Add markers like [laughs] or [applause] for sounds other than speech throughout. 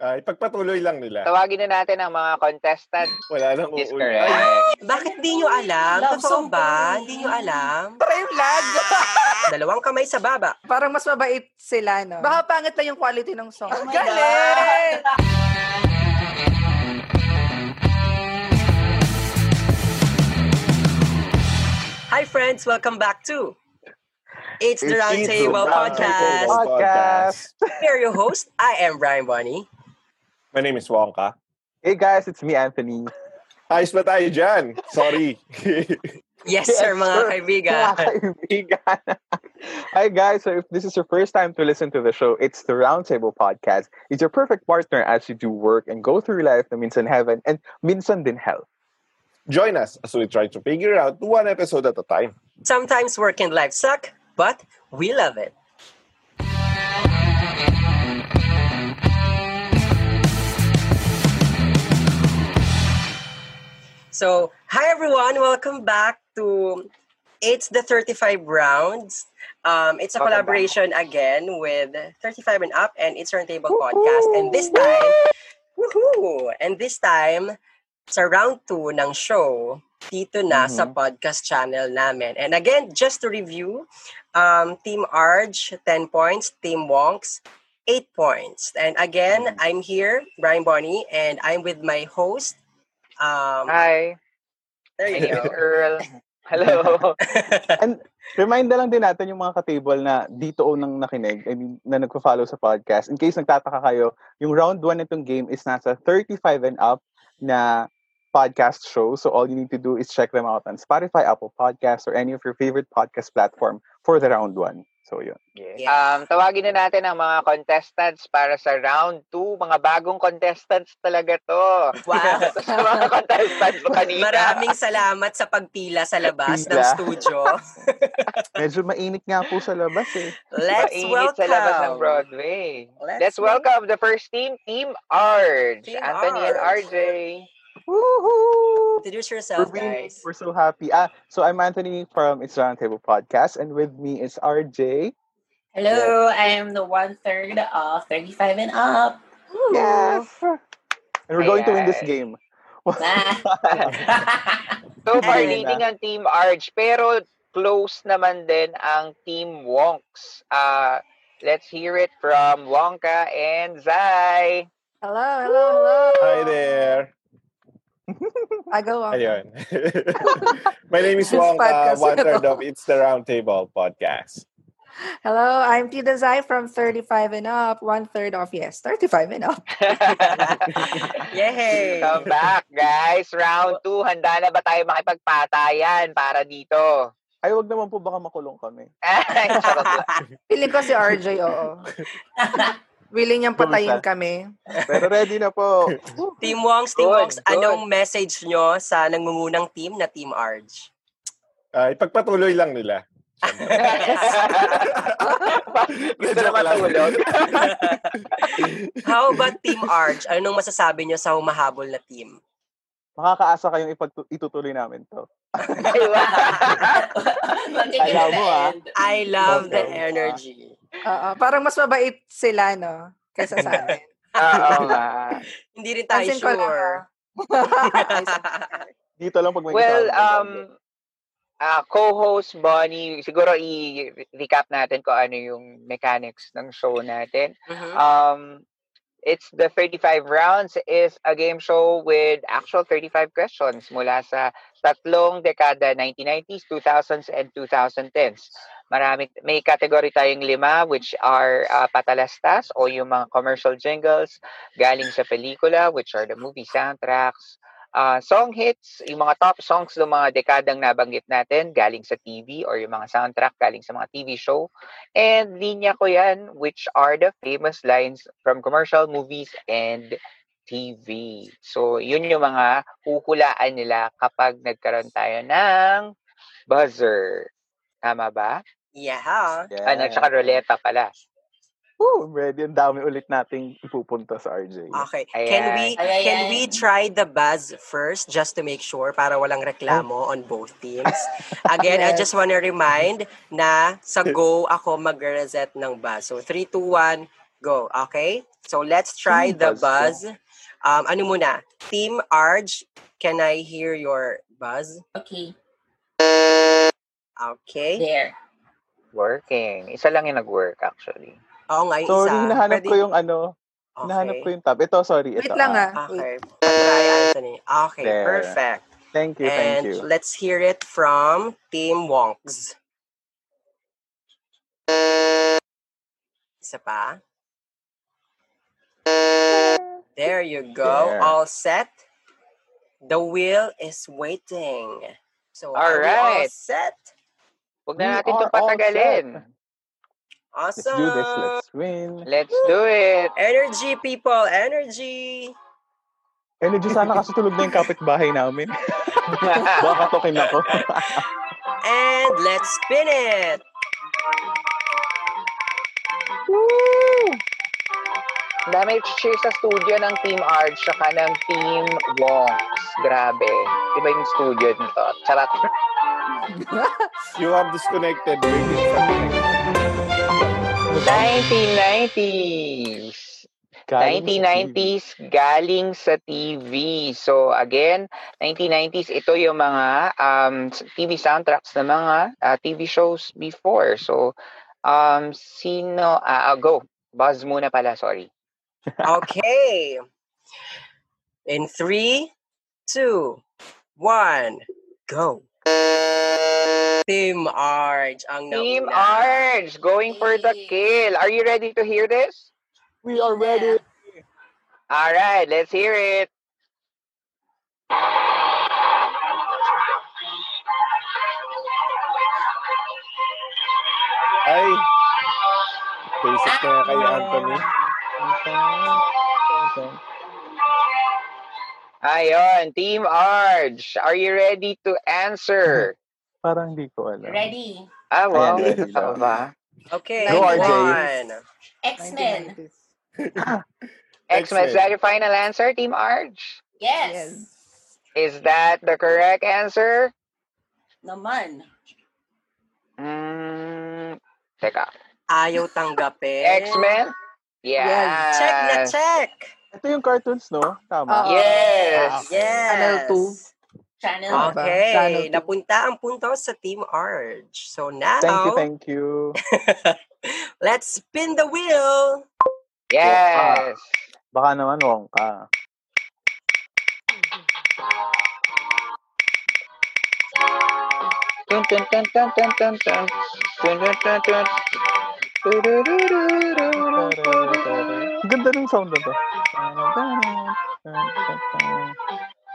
Ah, ipagpatuloy lang nila. [laughs] Tawagin na natin ang mga contestant. Wala nang Yes, uuwi. correct. Bakit di nyo alam? Love Totoo song ba? kami. Di nyo alam? Tara yung lag. [laughs] Dalawang kamay sa baba. Parang mas mabait sila, no? Baka pangit lang yung quality ng song. Oh my [laughs] Galing! Hi friends, welcome back to It's the It's Round It's Table the Round Podcast. Table Podcast. Here your host, I am Brian Bonnie. My name is Wonka. Hey guys, it's me, Anthony. Ayos ba tayo dyan? Sorry. [laughs] Yes, Yes, sir, mga sir. [laughs] kaibigan. Kaibigan. [laughs] Hi guys, so if this is your first time to listen to the show, it's the Roundtable Podcast. It's your perfect partner as you do work and go through life na minsan heaven and minsan din hell. Join us as we try to figure out one episode at a time. Sometimes work and life suck, but we love it. So, hi everyone, welcome back to It's the 35 Rounds. Um, it's a Welcome collaboration again with 35 and Up and It's Turntable Podcast. And this time, woohoo! And this time, sa round 2 ng show, dito na sa podcast channel namin. And again, just to review, um, Team Arj, 10 points. Team Wonks, 8 points. And again, I'm here, Brian Bonnie, and I'm with my host. Um, Hi, there my you name is [laughs] go. Earl. Hello. Remind na lang din natin yung mga ka-table na dito unang nakinig, I mean, na nagpa-follow sa podcast. In case nagtataka kayo, yung round 1 nitong game is nasa 35 and up na podcast show. So all you need to do is check them out on Spotify, Apple Podcasts, or any of your favorite podcast platform for the round 1. So yun. Yes. Um, tawagin na natin ang mga contestants para sa round 2. Mga bagong contestants talaga to. [laughs] Wow. [laughs] sa mga contestants mo kanina. Maraming salamat sa pagpila sa labas ng Pila. [laughs] studio. Medyo mainit nga po sa labas eh. Let's Mainit welcome. sa labas ng Broadway. Let's Let's, welcome the first team, Team Arj. Team Anthony and Arj. RJ. Woohoo! Introduce We're, yourself, being- guys. we're so happy. Ah, so I'm Anthony from It's Roundtable Podcast, and with me is RJ. Hello, I am the one third of 35 and up. Woo. And we're going to win this Ayan. game. Nah. So far Ayun na. leading ang Team Arch, pero close naman din ang Team Wonks. Uh, let's hear it from Wonka and [laughs] Zai. Hello, hello, hello. Hi there. Agaw ako. Ayun. [laughs] My name is This Wonka, podcast one third na to. of It's the Roundtable Podcast. Hello, I'm Tita Zai from 35 and Up. One third of, yes, 35 and Up. Yay! Come back, guys. Round 2. Handa na ba tayo makipagpatayan para dito? [laughs] Ay, wag naman po baka makulong kami. Ay, charot [laughs] lang. Piling ko si RJ, oo. [laughs] Willing niyang patayin Bumsa. kami. Pero ready na po. Team Wongs, Team Good, Wongs, good. anong message nyo sa nangungunang team na Team Arj? Ah, ipagpatuloy lang nila. Gusto na matulog. [laughs] How about Team Arj? Anong masasabi nyo sa humahabol na team? Makakaasa kayong ipagtu- itutuloy namin to. Ay, wow. Alam mo, ah. I love the Okay. energy. Oo, parang mas mabait sila, no? Kaysa sa [laughs] atin. [laughs] Oo nga. Hindi rin tayo Pansin ko lang, ah. sure. Ay, sa- Dito lang pag may Well, kasama um, ng ah, co-host Bonnie, siguro i-recap natin kung ano yung mechanics ng show natin. Mhm. Um, it's the 35 rounds is a game show with actual 35 questions mula sa tatlong dekada 1990s, 2000s, and 2010s. Marami, may category tayong lima which are ah, patalastas o yung mga commercial jingles galing sa pelikula which are the movie soundtracks, ah, song hits, yung mga top songs ng mga dekadang nabanggit natin galing sa TV or yung mga soundtrack galing sa mga TV show. And linya ko yan, which are the famous lines from commercial movies and TV. So, yun yung mga huhulaan nila kapag nagkaroon tayo ng buzzer. Tama ba? Yeah. ganyan. Ano, tsaka ruleta pala. Woo, I'm ready. Ang dami ulit nating ipupunta sa RJ. Okay. Can we Ayan. can we try the buzz first just to make sure para walang reklamo Oh. on both [laughs] teams? Again, I Yes. just want to remind na sa go ako mag-reset ng buzz. So 3 2 1 Go, okay? So let's try Hmm, the buzz. Um, ano muna? Team Arj, can I hear your buzz? Okay, Okay. there. Working. Isa lang yung nag-work actually. Oo nga, yung Sorry, isa. hinahanap Pwede- ko yung ano. Okay. Hinahanap ko yung tab. Ito, sorry. Wait ito, lang ah. ah. Okay. Wait. Try, Anthony. Okay, There. perfect. Thank you, thank and you. let's hear it from Team Wonks. Isa pa. There you go. There. All set. The wheel is waiting. So are we all Alright. set? Huwag We na natin itong are all patagalin. set. Let's Awesome. do this. Let's win. Let's do it. [laughs] Energy, people. Energy. Energy, sana kasi tulog na yung kapitbahay namin. Baka tokin [laughs] ako. And let's spin it. Ang dami cheer sa studio ng Team Arch saka ng Team Wongs. Grabe. Iba yung studio nito. Charot. [laughs] You have disconnected. Bring it back. 1990s. 1990s galing sa TV. So again, 1990s ito yung mga um, TV soundtracks ng mga uh, TV shows before. So um sino ah, ah, go. Buzz muna pala, sorry. Okay. In three, two, one, go. Team Arch ang Team nauna. Arch going for the kill. Are you ready to hear this? We are ready. All right, let's hear it. Ay. Basic na yan kay Anthony. Ayon, Team Arch, are you ready to [laughs] answer? Parang hindi ko alam. Ready. Ah, wow. Ayan, ready daw. Kakaba. Okay, Go, one. RJ. X-Men. 1990s. X-Men, is X-Men. that your final answer, Team Arch? Yes. Is that the correct answer? Naman. Mm, teka. Ayaw tanggapin. X-Men? Yes. Yes. Check na check. Ito yung cartoons, no? Tama. Oo. Yes. Yes. Channel two. Diba? Channel. Uh-huh. Ah. Channel Okay, two. napunta ang punto sa Team Arch. So now, Thank you, [laughs] thank you. let's spin the wheel. Yes. Baka naman wrong ka. Dun, dun, dun, dun, dun, dun, dun. Dun, dun, dun, dun. Ganda ng sound na to.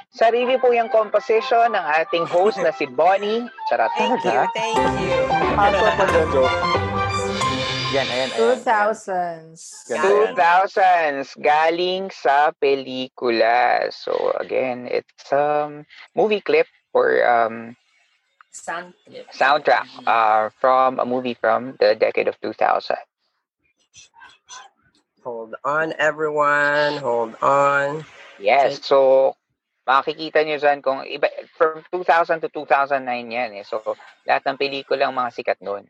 Sarili po yung composition ng ating host na si Bonnie. Charot. Thank you, Talaga? thank you. Aso Ano pa [laughs] na joke. Yan, ayan, ayan. 2000s. Ganda yan. 2000s galing sa pelikula. So again, it's um movie clip or um Sound clip. soundtrack uh, from a movie from the decade of 2000. Hold on, everyone. Hold on. Yes, so makikita nyo dyan kung iba, from 2000 to 2009 yan eh. So lahat ng pelikulang mga sikat noon.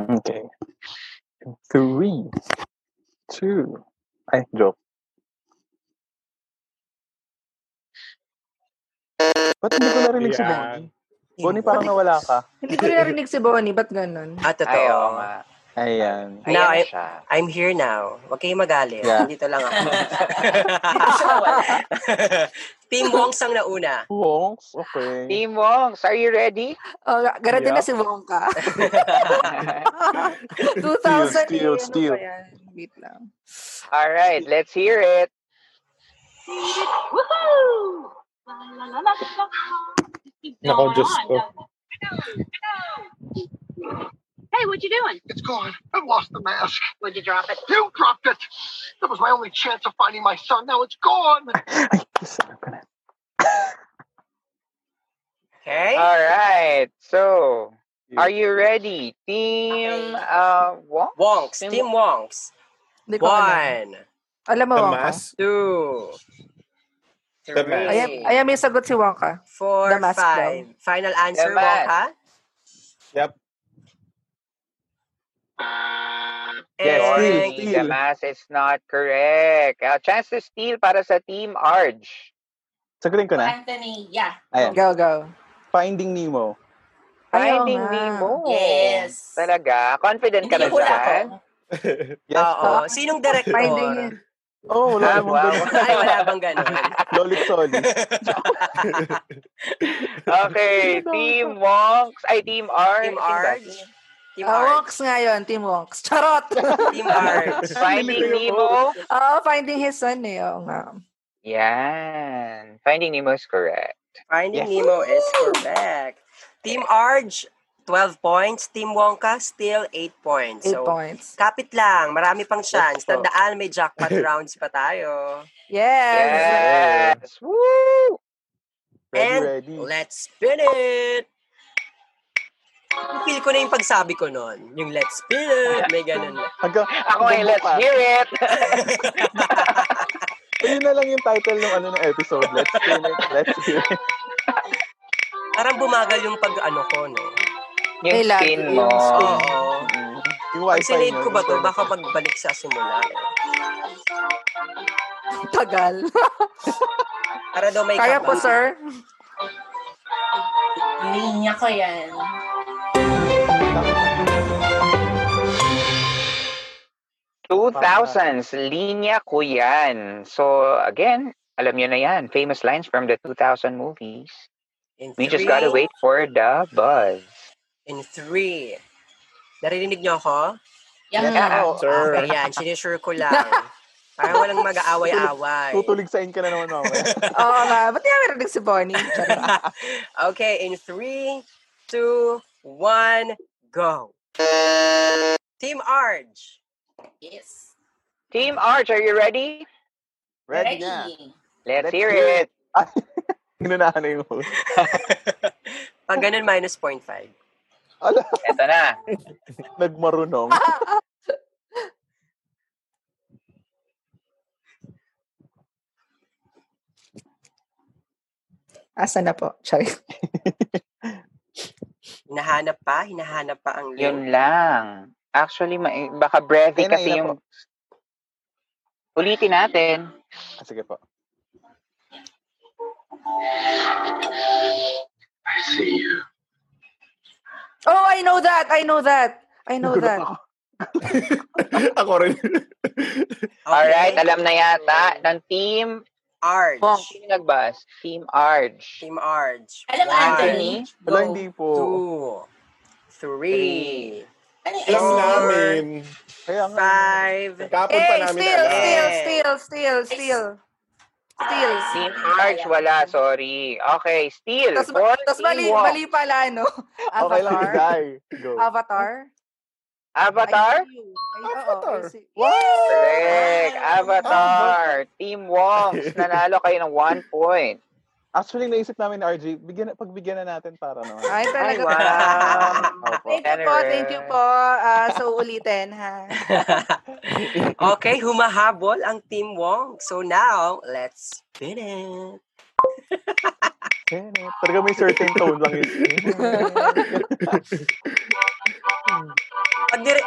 Okay. Three, two, ay, joke. Ba't hindi ko narinig si Yan. Bonnie? Bonnie, parang nawala ka. Hindi ko rin narinig si Bonnie. Ba't ganun? Ah, totoo. Ay, oo nga. Ayan. Ayan Now, na I- siya. I'm here now. Huwag kayong magalit. Yeah. Dito lang ako. [laughs] siya Oh, wala. Team Wongs ang nauna. Wongs, okay. Team Wongs, are you ready? [laughs] Oh, garating na Yeah. si Wonka. 2000 eh. Steal, steal. Ano ba yan? Wait lang. All right, let's hear it. Nako, Diyos ko. Hey, what you doing? It's gone. I lost the mask. Would you drop it? You dropped it. That was my only chance of finding my son. Now it's gone. Ay, kiss, alam ko na. Okay? All right, so are you ready, Team uh, Wongs? Wongs. Team Team Wongs. Hindi ko alam. One, Alam mo, The Wonka? mask? two, The mask. Ayan, three, ayan may sagot si Wonka. four, The mask daw. five. Final answer, The mask. Wonka? Yep. Yes, And Steal, Orange steal. Damas is not correct. Uh, chance to steal para sa Team Arge. Sagutin ko na. Anthony, yeah. Ayan. Go, go. Finding Nemo. Ayaw Finding nga. Nemo. Yes. Talaga? Confident ka Hindi na hula ko. dyan? Yes. Oo. Sinong director? Finding it. Oh, wala Ah, namang wow. ganun. Ay, wala bang ganon? [laughs] [laughs] Lolit Solis. Okay, Team Wonks. Ay, Team Arge. Team Arch? Team Ah, Arch. Wonks nga yun, Team Wonks. Charot! [laughs] Team [laughs] Arch. Finding Nemo. Oo, finding his son eh. Oo nga. Yan. Finding Nemo is correct. [laughs] Finding Yes. Nemo is correct. Team Arch, 12 points. Team Wonka, still 8 points. Eight so, points. kapit lang. Marami pang chance. po. Tandaan, may jackpot rounds pa tayo. Yes! Yes. Woo! Ready, And ready. let's spin it! Feel ko na yung pagsabi ko noon. Yung let's spin it. May ganun lang. [laughs] Hanggang, Ako ay hanggang let's buka. hear it. Ayun na lang yung title ng ano ng episode. Let's spin it. Let's spin it. Parang bumagal yung pag ano ko, no? Yung May lag, spin mo. yung spin. Oo. Yung Pag wifi sinave nyo, ko ba to, internet. baka magbalik sa simula. eh. Tagal. Para daw may Kaya kaba. po, sir. Linya ko yan. Two thousands, linya ko yan. So, again, alam nyo na yan. Famous lines from the 2000 movies. In We just three, gotta wait for the buzz. In three. Naririnig niyo ako? Yan. Yeah. Oo, Sir. okay yan. Sinisure ko lang. Parang walang mag-aaway-aaway. Tutulig sa ka na naman mamaya. Oo nga. Ba't nga meron si Bonnie? Charot. [laughs] okay, in three, two, one, go. Team Arge. Yes. Team Arch, are you ready? Ready na. Let's, Let's hear hear it. Ay, Inunahan na yung host. Pag ganun, minus 0.5. Ala, [laughs] Ito na. nagmarunong. Asa na po? Charot. Hinahanap pa, hinahanap pa ang link. Yun lang. Actually, ma- eh, baka breathy Ayun na, kasi ayun yung... na Ulitin natin. Ah, sige po. I see you. Oh, I know that! I know that! I know Nagulat that. ako. [laughs] Ako rin. Alright, alam na yata ng Team Monk. Arge. Sino nagbas? Team Arch. Team Arge. Alam, One, Anthony. Go. Wala, hindi po. two, three, Ano eh? yung Alam SC? namin. Kaya nga. five, Kapon pa Hey, namin steal, alam. steal, Eh. steal, steal, steal. Steal. Team Arch, wala. Sorry. Okay, still. Tapos for tas Team mali, Wong. mali pala, [laughs] no? Okay [laughs] lang, Avatar. Zay. Go. Ah. Avatar. Avatar? I see you. I, oo, Avatar. I see- Correct. Ah. Avatar. Team Wongs. Nanalo kayo ng one point. Actually, naisip namin ni RJ, bigyan, pagbigyan na natin para naman. Ay, Ay, talaga wow. ba? Opo. Thank you po, thank you po. Ah, so, ulitin, ha? [laughs] okay, humahabol ang Team Wong. So now, let's spin it. Eh, no. Talaga may certain tone lang yun. [laughs] Pag, dire-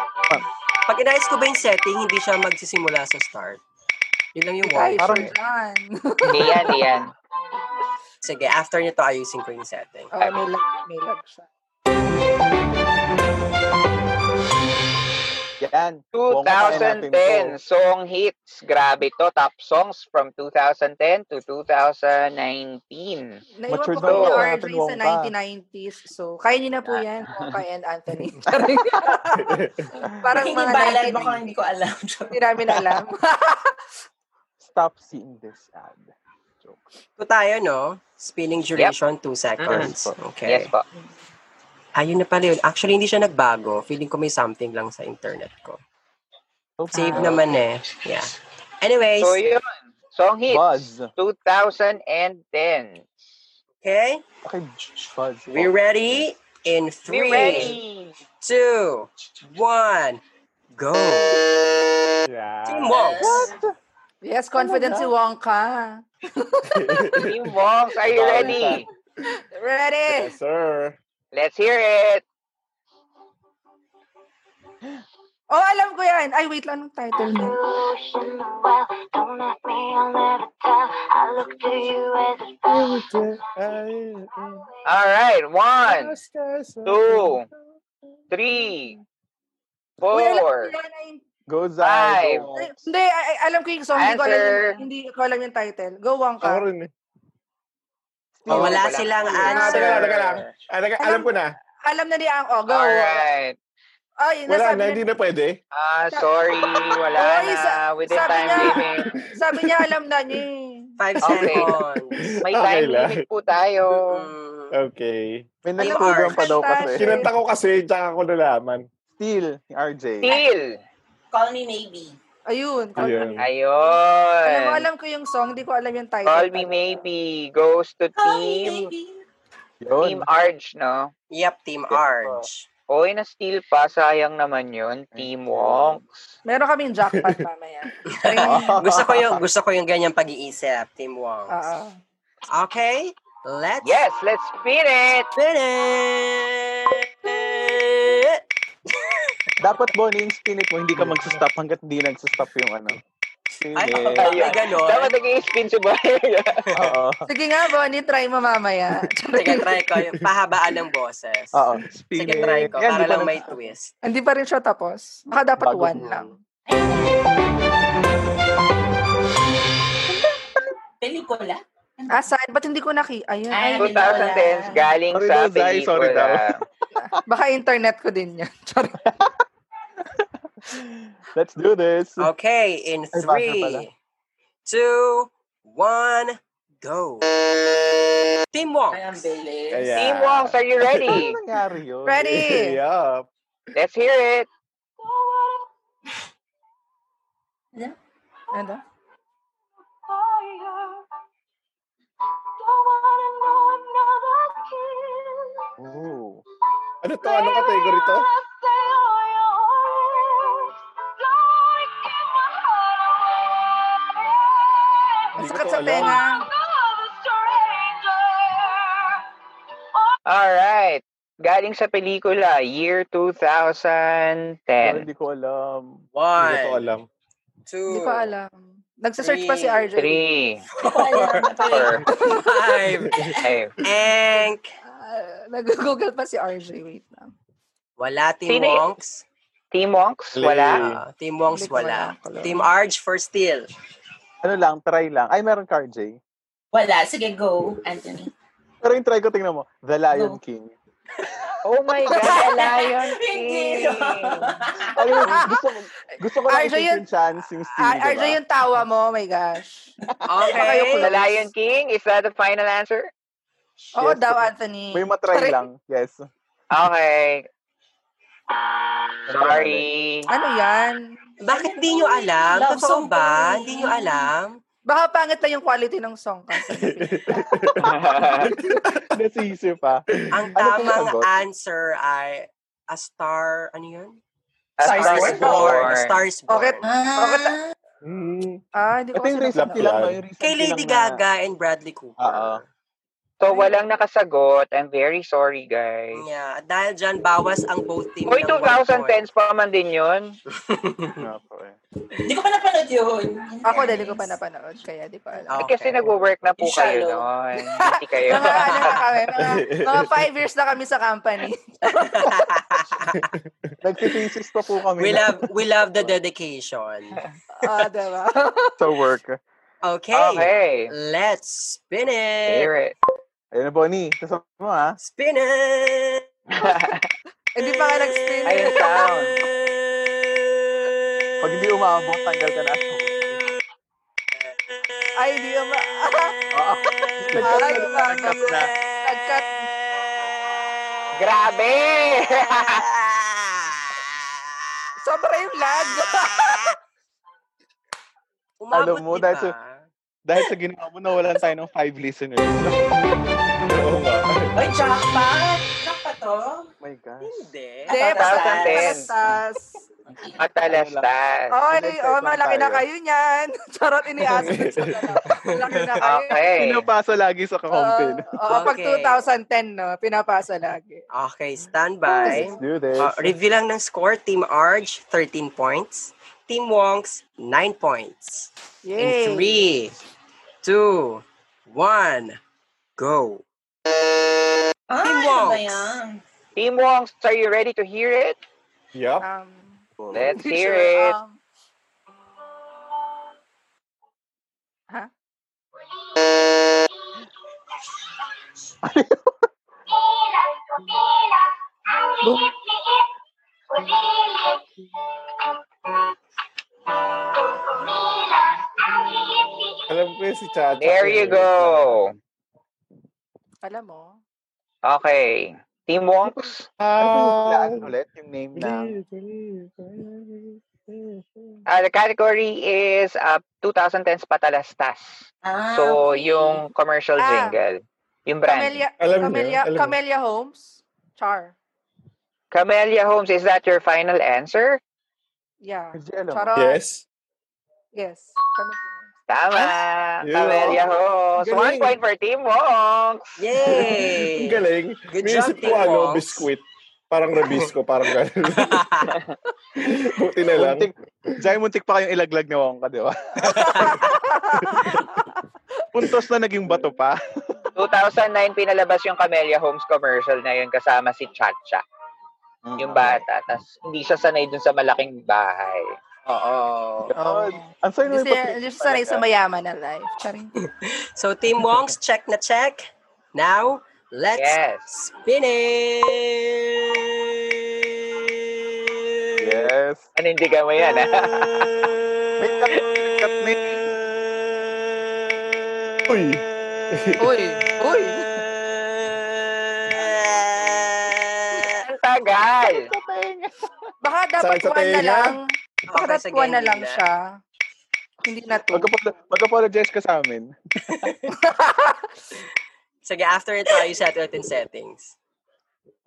pag inayos ko ba yung setting, hindi siya magsisimula sa start. Yun lang yung warning. Ay, sure Parang- dyan. Hindi yan, hindi yan. Sige, after nito, ayusin ko yung setting. Oh, may lag, may lag siya. Yan. Buong kakain natin 2010 to. song hits. Grabe to. Top songs from 2010 to 2019. Naiwan Matured po ah, po kami ni RJ na natin, sa Wongka. 1990s. So, kaya niyo na po yan, Wongka and Anthony. [laughs] Parang mga Pakinibalan mo kung 1990s. hindi ko alam. [laughs] Hindi namin alam. [laughs] Stop seeing this ad. Joke. Ito tayo, no? Spinning duration, 2 seconds. Yes, Okay. Yes po. Ayun na pala yun. Actually, hindi siya nagbago. Feeling ko may something lang sa internet ko. So, Save ah, naman eh. Yeah. Anyways, So yun. Song hits. Buzz. 2010. okay? Okay, buzz. We ready? We In three, ready. two, one, go. Yeah. Team Wongs. yes, confident si Wongka. Team Wongs, are you ready? Ready? [laughs] Yes, sir. Let's hear it. Oh, alam ko yan. Ay, wait lang. Anong title niya? All right. One, two, three, Uy, alam ko four. yan. Ay, Go, Five. Zai. Ay, Hindi, ay, ay, alam ko yung song. Hindi ko alam Answer. yung, hindi ko alam yung title. Go, Wongka. Ako rin eh. Oh, wala wala. silang Ah, answer. teka lang, teka lang. Ah, teka, alam ko na. Alam na ni Ang. Oh, go. All right. Ay, Wala nasabi na, na- hindi na pwede. Ah, sorry. Wala Oy, na. sa- Within sabi time niya. limit. Sabi niya, alam na niya eh. Five Okay. seconds. May Okay time lang. limit po tayo. Mm. Okay. May Alam ko, nag-program pa daw Fantastic. kasi. Kinanta ko kasi, tsaka ko nalaman. Still, ni RJ. Till. Call me maybe. Ayun. Call Ayun. Mm. me. Ayun. Alam mo, alam ko yung song. Hindi ko alam yung title. Call me talaga. maybe goes to Call me team maybe. Yun. team Arch, no? Yep, Team Orange. Oy, na steal pa sayang naman 'yun, Team Wonks. Meron kaming jackpot mamaya. [laughs] gusto ko yung gusto ko yung ganyang pag-iisip, Team Wongs. Oo. Okay, let's Yes, let's spin it. spin it! Dapat, Bonnie, yung spin it mo, hindi ka mag-stop hanggat di nag-stop yung ano. Spin Ay, it. okay. May ganon. Dapat nag-spin si Boy. Oo. Sige nga, Bonnie, try mo mamaya. Sige, try ko. yung Pahabaan ng boses. Oo. Spin Sige, it. try ko. Yan, di Para pa lang nag- may twist. Hindi pa rin siya tapos. Baka dapat Bago one pa. lang. Pelikula. Aside, ba't hindi ko naki... Ayun, Ay, ayun. 2010 galing Sorry sa daw, Zai, sorry daw. pelikula. Baka internet ko din yan. [laughs] Charot. Let's do this. Okay, in Ay, buzzer pala. three, two, one, go! Team Ay, ang Wongs! bilis. Ayan. Team [laughs] Wonks, are you Ano [laughs] ready? nangyari yun? Ready? Yeah. Let's hear it. Ano? Ooh. Ano to? Anong category to? Hindi Ang ko sakit to sa alam. tenga. All right. Galing sa pelikula, year 2010. Pero hindi ko alam. Hindi ko to One, alam. Hindi two, ko alam. Nagsasearch pa si Three. RJ. Three, four, four, five, five. and Ah, nag-google pa si RJ. Wait lang. wala Team Sino y- Wongs. Team Wonks, wala. Ah, Team Wongs Hindi ko wala. alam ko lang. Team Arge for steal. Ano lang, try lang. Ay, meron ka, RJ. Wala. Sige, go, Anthony. Pero yung try ko, tingnan mo. The Lion Go. King. Oh my God, the Lion King. Hindi, no. Alam mo, gusto ko, gusto ko lang RJ isipin yun. yung chance yung Steve, Ah, diba? RJ, yung tawa mo. Oh my gosh. the Okay. Lion King, is that the final answer? Oo Yes. daw, Anthony. May matry Sorry. lang. Yes. Okay. Sorry. Ano yan? Bakit di nyo alam? Love Totoo song ba? pa rin. Di nyo alam? Baka pangit lang yung quality ng song Iya, kasi. Nasisip pa. Ang Ano pong tamang sagot? answer ay a star, ano yun? A Stars Star Born? is Born. Born. A Star is Born. Okay. Ah, Hmm. Ah, hindi ko Ito kasi yung recently napanood. lang, no? Yung recently Kay Lady lang na- Ah, Gaga and Bradley Cooper. Oo. So, walang nakasagot. I'm very sorry, guys. Yeah. At dahil dyan, bawas ang both team Oh, Uy, ng one point. 2010s pa man din yun. Nga po eh. Hindi ko pa napanood yun. Ako din, hindi ko pa napanood. Kaya di ko alam. Eh, Okay. kasi nag-work na po Yung kayo shallow. noon. Hindi kayo. mga ano na [laughs] kami, mga, mga five years na kami sa company. Nagsithesis pa po kami [laughs] we na- love we love the dedication. Ah, diba? sa work. [laughs] Okay. Okay. Let's spin it. Hear it. Ayun na, Bonnie. Kasama mo ah. Spin it. [laughs] Hindi pa ka nag-spin. Ayun, sound. Pag hindi umaabot, tanggal ka na. Ay, di yung... [laughs] Oo. Ay, Nag-cut na. Nag-cut. [laughs] Grabe! Sobra yung [laughs] [laughs] lag. Umabot, Alam mo, di ba? dahil Dahil sa ginawa mo, nawalan tayo ng five listeners. [laughs] Oh Oo nga. Uy, oh. jackpot! Jackpot to? my gosh. Hindi. Hindi, 2010. patas. Matalastas. Oh, ano, Nag-start oh, lang malaki na tayo. kayo niyan. [laughs] Charot iniasa ko [laughs] sa dalawa. Malaki na kayo. Okay. Pinapasa lagi sa kakampi. Oo, oo, pag Okay. 2010, no, pinapasa lagi. Okay, standby. Let's do this. Uh, review lang ng score. Team Arj, 13 points. Team Wongs, 9 points. In Yay! 3, 2, 1, go. Ah, Team ano ba Wongs. yan? Team Wongs, are you ready to hear it? Yup. Um, Let's hear [laughs] sure, it. um, Alam ko yun si Chacha. There you go. alam mo, Okay. Team Wongs, Ano ba Um, yung plan Wow. ulit? Yung name ng... uh, the category is uh, 2010's Patalastas. Ah, So, okay. yung commercial Ah. jingle. Yung brand. Camellia, Alam niyo, Camellia, alam niyo. Camellia Homes, Char. Camellia Homes, is that your final answer? Yeah. Hindi alam. Charot. Yes. Yes. Camellia Homes. Tama. Yeah. Camellia Homes. Galing. One point for Team Wongs. Yay! Ang galing. Good Naisip job, ko Team ano, Wongs. biskwit. Parang rabisco, parang [laughs] gano'n. Buti na lang. Muntik, Jai, muntik pa kayong ilaglag ni Wongka, di ba? [laughs] Puntos na naging bato pa. 2009 pinalabas yung Camellia Homes commercial na yun kasama si Chacha, Mm. yung bata. Tapos hindi siya sanay dun sa malaking bahay. [laughs] Oo. Oh, ang sayo Hindi naman siya, hindi siya sanay sa mayaman na life. Charing. So, Team Wongs, check na check. Now, let's Yes. spin it! Yes. Panindigan mo yan, ha? May kami, kami. Uy. Uy, uy. [laughs] Ang tagal. Baka dapat Saan sa one na tenga? lang. Baka Okay, dapat sige, one na hindi lang na. siya. Hindi na to. Mag-apolo- Mag-apologize ka sa amin. Sige, after ito, tayo settle it in settings.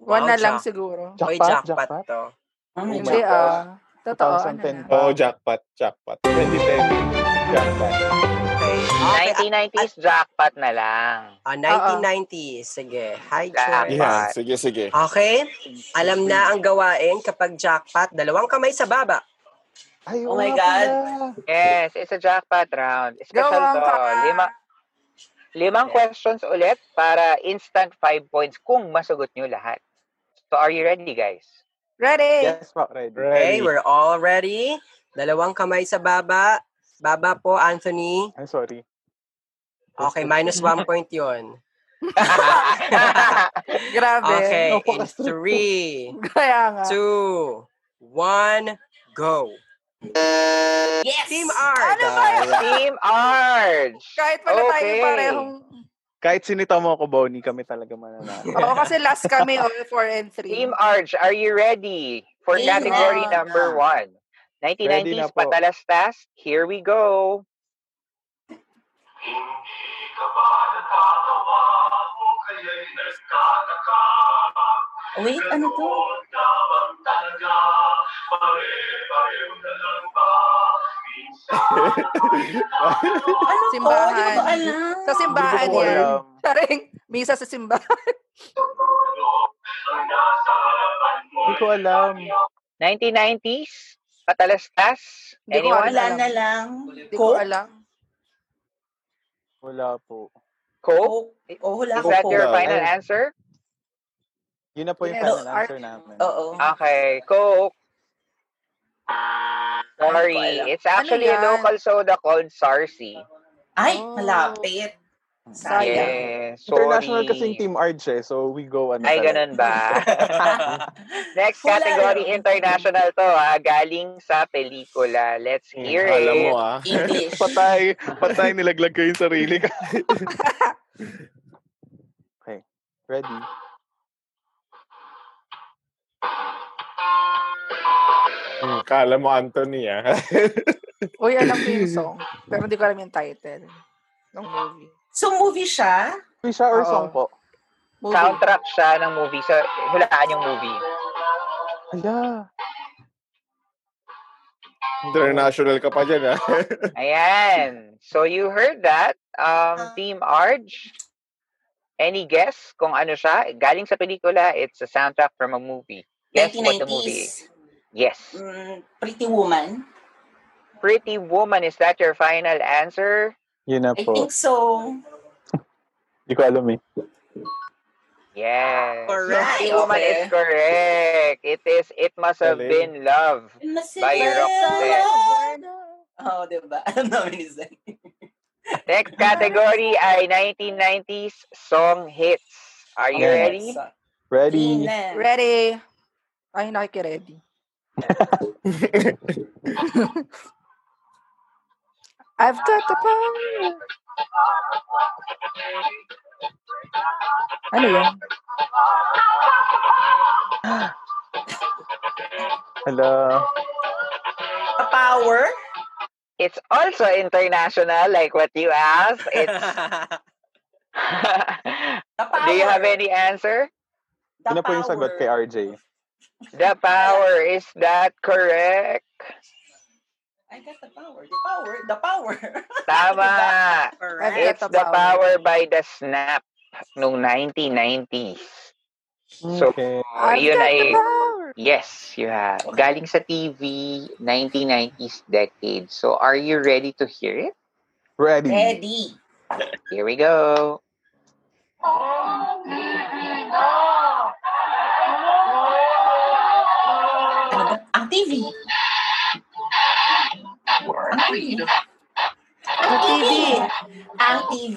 One Wow, na lang Jack. siguro. Oy, Jackpot, jackpot jackpot. to. Oh my Hindi God. ah. Totoo, ano 2010 na. pa. Oo, oh, jackpot, jackpot. 2010, jackpot. Okay. ah, Okay. 1990s jackpot na lang. ah, 1990. Sige. Hi, Joy. Jackpot. Yan, sige, sige. Okay. Alam na ang gawain kapag jackpot. Dalawang kamay sa baba. Ay, Oh wala my God. pala. Yes, it's a jackpot round. Special Gawang to. ka. Lima, limang Yeah. questions ulit para instant five points kung masagot nyo lahat. So, are you ready, guys? [laughs] Ready? Yes, pa, ready. Okay, Ready. we're all ready. Dalawang kamay sa baba. Baba po, Anthony. I'm sorry. Okay, minus one point yun. Grabe. Okay, in Napaka-strict. three, [laughs] Kaya nga. two, one, go. Yes! Team R. Ano ba yan? Team Arch! Kahit pala tayo Okay. parehong... Kahit sinita mo ako, Bonnie, kami talaga [laughs] mananalo. [laughs] Oo, kasi last kami, all 4 and 3. Team Arch, are you ready for Team category Arch. number one? Ready na 1990s po. Patalastas, here we go. Wait, ano to? Ano to? Hindi ko Simbahan. ba alam? Sa simbahan Hindi ko yan. alam. Saring, misa sa simbahan. Hindi ko alam. 1990s Patalastas, Hindi ko anyone? Wala alam. na lang. Hindi ko alam. Wala po. Coke? Coke. Oh, hula Is ko that Coke. your No. final Ay. answer? Yun na po yung Yes. final No, answer art- namin. Oo. Okay, Coke. Sorry, alam. it's actually Ano a yan? local soda called Sarsi. Ay, Oh. malapit. Sayang. Yeah, International sorry. kasing Team Arch eh, so we go ano Ay, talaga. ganun ba? Next Hula category, lang. international to ha, galing sa pelikula. Let's hear Alam mo it. ah. [laughs] English. patay, patay, nilaglag ko yung sarili ko. [laughs] okay, ready? Hmm, kala mo Anthony ah. [laughs] Uy, alam ko yung song. Pero hindi ko alam yung title. Nung movie. So, movie siya? Pisha or Oo. song po? Movie. Soundtrack siya ng movie. So, hulaan yung movie. Ala, International ka pa dyan, ah. ha? Ayan. So you heard that, um, Team Arj. Any guess kung ano siya? Galing sa pelikula, it's a soundtrack from a movie. Guess what the movie is. 1990s. Yes. Mm, Pretty Woman. Pretty Woman, is that your final answer? Yun na I po. think so. Hindi ko alam eh. Yes. Correct. Pretty Woman Okay. is correct. It is It Must Have Galing. Been Love. By Roxette. Oh, [laughs] diba? Alam namin isa. Next [laughs] category ay 1990s song hits. Are you Okay. ready? Ready? Ready? Ay, nakikiready. I've got the power. Ano yun? Hello. A power? It's also international, like what you asked. It's [laughs] The power. Do you have any answer? Yun na The Ano po yung sagot kay power. RJ. The power is that correct? I got the power. The power. The power. [laughs] Tama. I've Correct. got It's the the power. power by the snap nung 1990s. So, Okay. Oh, I've yun got the ay power. Yes, you have. Galing sa TV, 1990s decade. So, are you ready to hear it? Ready. Ready. Here we go. Ano ba? Ang TV. Ang TV. Ang TV. Ang TV.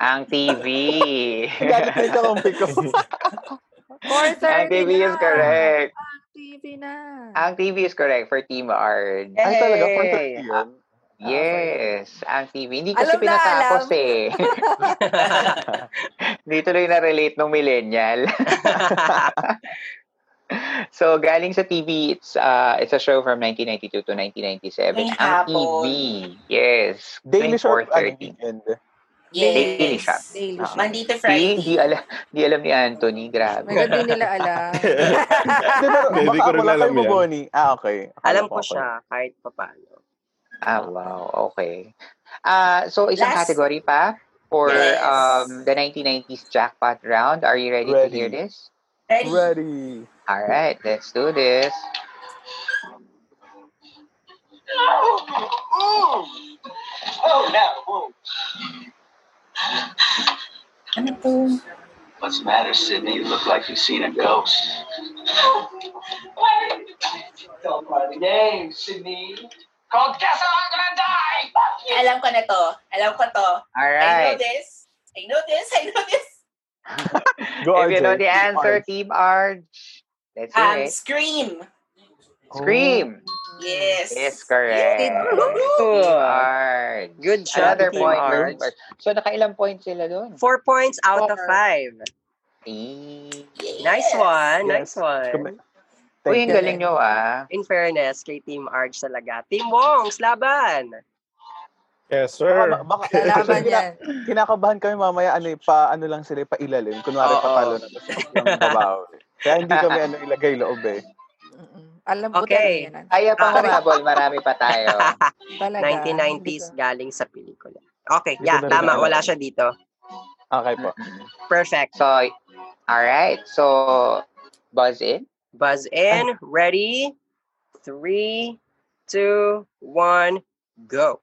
Ang [laughs] TV. Galit na yung kakampi ko. [laughs] Ang 4.30 TV na. is correct. Ah. TV na. Ang TV is correct for Team Arj. Ay talaga, Hey! 4.30 yun. Yes, ang TV. Hindi kasi Ah, Alam na, pinatapos alam. eh. [laughs] Hindi tuloy na-relate ng millennial. [laughs] so, galing sa TV, it's uh, it's a show from 1992 to 1997. Ang May hapon. TV. Yes. Daily tuwing show ano, 4:30. weekend. Yes. Daily shop. Daily Ah. siya. Monday to See, Friday. di alam, di alam ni Anthony. My Grabe. God, di nila alam. Hindi, pero Hindi, hindi baka ko rin ako lang kayo alam yan. maboni. Ah, okay. Akala [laughs] Alam ko ako. siya kahit pa paano. Ah, wow. Okay. Ah, so, isang Last- category pa for Yes. um, the 1990s jackpot round. Are you ready, to Ready. hear this? Ready. Ready. All right, let's do this. Oh, now, whoa. Ano to? What's the matter, Sydney? You look like you've seen a ghost. Don't call my name, Sydney. Call guess how I'm gonna die! Alam ko na to. Alam ko to. All I know right. this. I know this. I know this. Go, If you know RJ. the answer, Arj. Team Arch, let's hear Um, it. Scream. Scream Yes. is [laughs] correct. Team Arch. Good job, Another Team point for Arch. Team Arch. So, nakailang points sila doon? Four points out of five. Eh. Nice one. Nice Yes. one. Kami- Uy, ang Thank galing nyo ah. In fairness, kay Team Arch talaga. Team Wongs, laban! [laughs] yes, Baka, sir. baka, Lalaban kina- yan. kinakabahan kami mamaya, ano, eh, pa, ano lang sila, pailalim. Kunwari, Oo. patalo na, tapos hindi kami babawi. Kaya hindi kami, ano, ilagay loob eh. Mm-mm. Alam ko Okay. talaga yan. Kaya pa Ah. [laughs] humabol, marami pa [laughs] tayo. Talaga. Hindi 1990s ko- galing sa pelikula. Okay, Hindi ko yeah, na rin tama. alam. Wala siya dito. Okay po. Perfect. So, all right. So, buzz in. Buzz in. Ready? Three, two, one, go.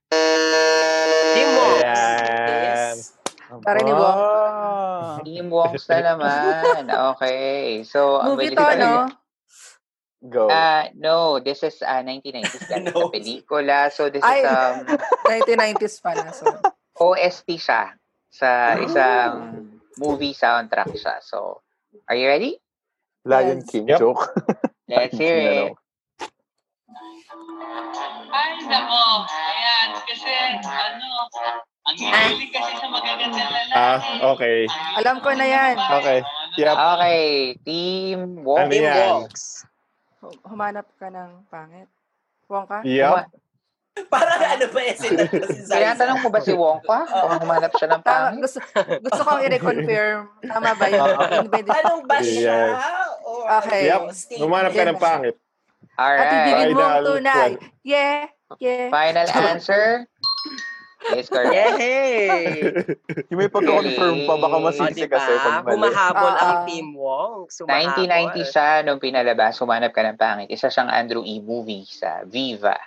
Team Wongs. Ayan. Yes. Tara ni Wong. Aba. Team Wongs na [laughs] naman. Okay. So, ang Movie bilis to, talaga. no? Go. Ah, no, this is [laughs] uh, 1990s galing No. sa pelikula. So, this is Ay. um, 1990s pala. Sorry. OST siya sa Ah. isang movie soundtrack siya. So, are you ready? Lion Yes. King Yep. joke. Let's Ay, hear tinanong. it. Ay, nako. Ayan, kasi ano, ang hilig kasi sa magagandang Ah, lalaki. okay. Alam ko na yan. Okay. Yep. Okay, Team Wong. Ano Team yan? Wongs. Hum- Humanap ka ng pangit. Wong ka? Yep. Parang ano ba yan? Sinatlo si Zai. Tinatanong ko ba si Wong pa? Kung humanap siya ng Tama, pangit? gusto, gusto kong i-confirm. Tama ba yun? Oo. Invalid- Tanong ba siya? Yes. Or Okay. Yep. ano, statement? Humanap ka ng pangit. All At right. ibigin mo ang Final tunay. twelve. Yeah. Yeah. Final answer is correct. [laughs] Yay! Yung may pagka-confirm pa, baka O, masisi diba? kasi pag mali. Humahabol Ah, ang ah. Team Wong. Sumahabol. 1990 Uh-uh. siya nung pinalabas, Humanap Ka ng Pangit. Isa siyang Andrew E. movie sa Viva.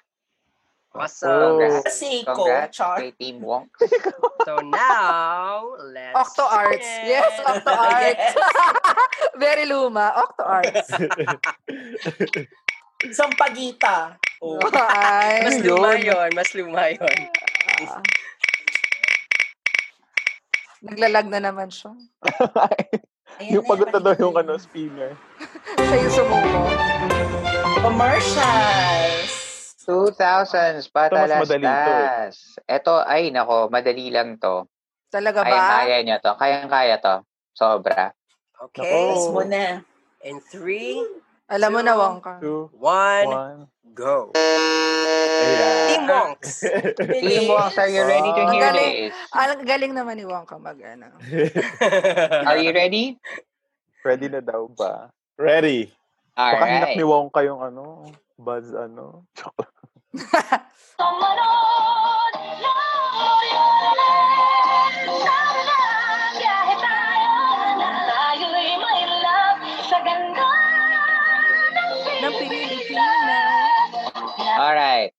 Awesome. Oh. Seiko, Congrats Ah. char. kay Team Wong. So now, let's... Octo Arts. Yes, Octo Arts. [laughs] Very luma. Octo Arts. Sampagita. Oh. Ay. Mas luma yun. Mas luma yun. Ah. Naglalag na naman siya. [laughs] Ayan yung na, pagod na daw nakita yung ko ano, spinner. Siya yung sumuko. Commercials. 2000s, madali to eh. Diba? patalastas. Ito, ay nako, madali lang to. Talaga ba? Kayang-kaya niya to. Kayang-kaya to. Sobra. Okay. Yes, mo [laughs] na. In three, Alam mo na, Wongka. Two, one, one. go. Iya. Ayan. Team Wongs. Team Wong, are you ready to Wow. hear Ang galing. this? Ah, Ang galing naman ni Wongka mag, ano. Are you ready? Ready na daw ba? Ready. [laughs] Baka hinak ni Alright. Wong kayong ano, buzz ano. Nang Alright.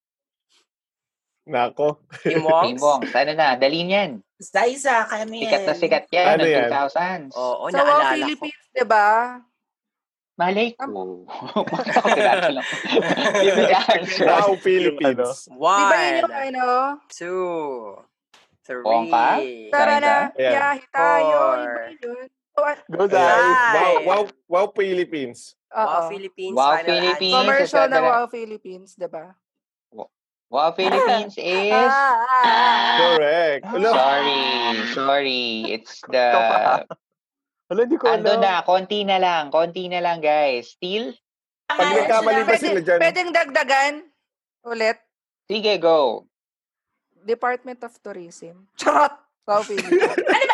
Nako. Team Team Wongs? Wong, ano na? Dali niyan. Zaiza, kami Sikat na sikat yan. Ano ng yan? 2000s. Oo, Oh. Sa Wow naalala ko. Philippines, di ba? Malay [laughs] ko. Bakit ako tinatanong? Yun One, yung answer. Wow, Ano? Philippines. Di ba yun yung ano? two, Wongka? three, Tara na, Ayan. biyahe tayo. Di ba Four. yun? So, ah, Go Ayan. Zai! Wow, Five. wow, wow, Philippines. oo. Wow, Philippines. Wow, final Philippines. answer. Commercial na Tara. Wow Philippines, di ba? Wow, Philippines is... Ah, ah, ah. Correct. Ulo. Sorry. Sorry. It's Ikaw pa. the... Wala, di ko Ando Ano alam. na. Konti na lang. Konti na lang, guys. Still? Pag nagkamali ba Pwede, sila dyan? pwedeng dagdagan ulit. Sige, go. Department of Tourism. [laughs] Charot! Wow Philippines. Ano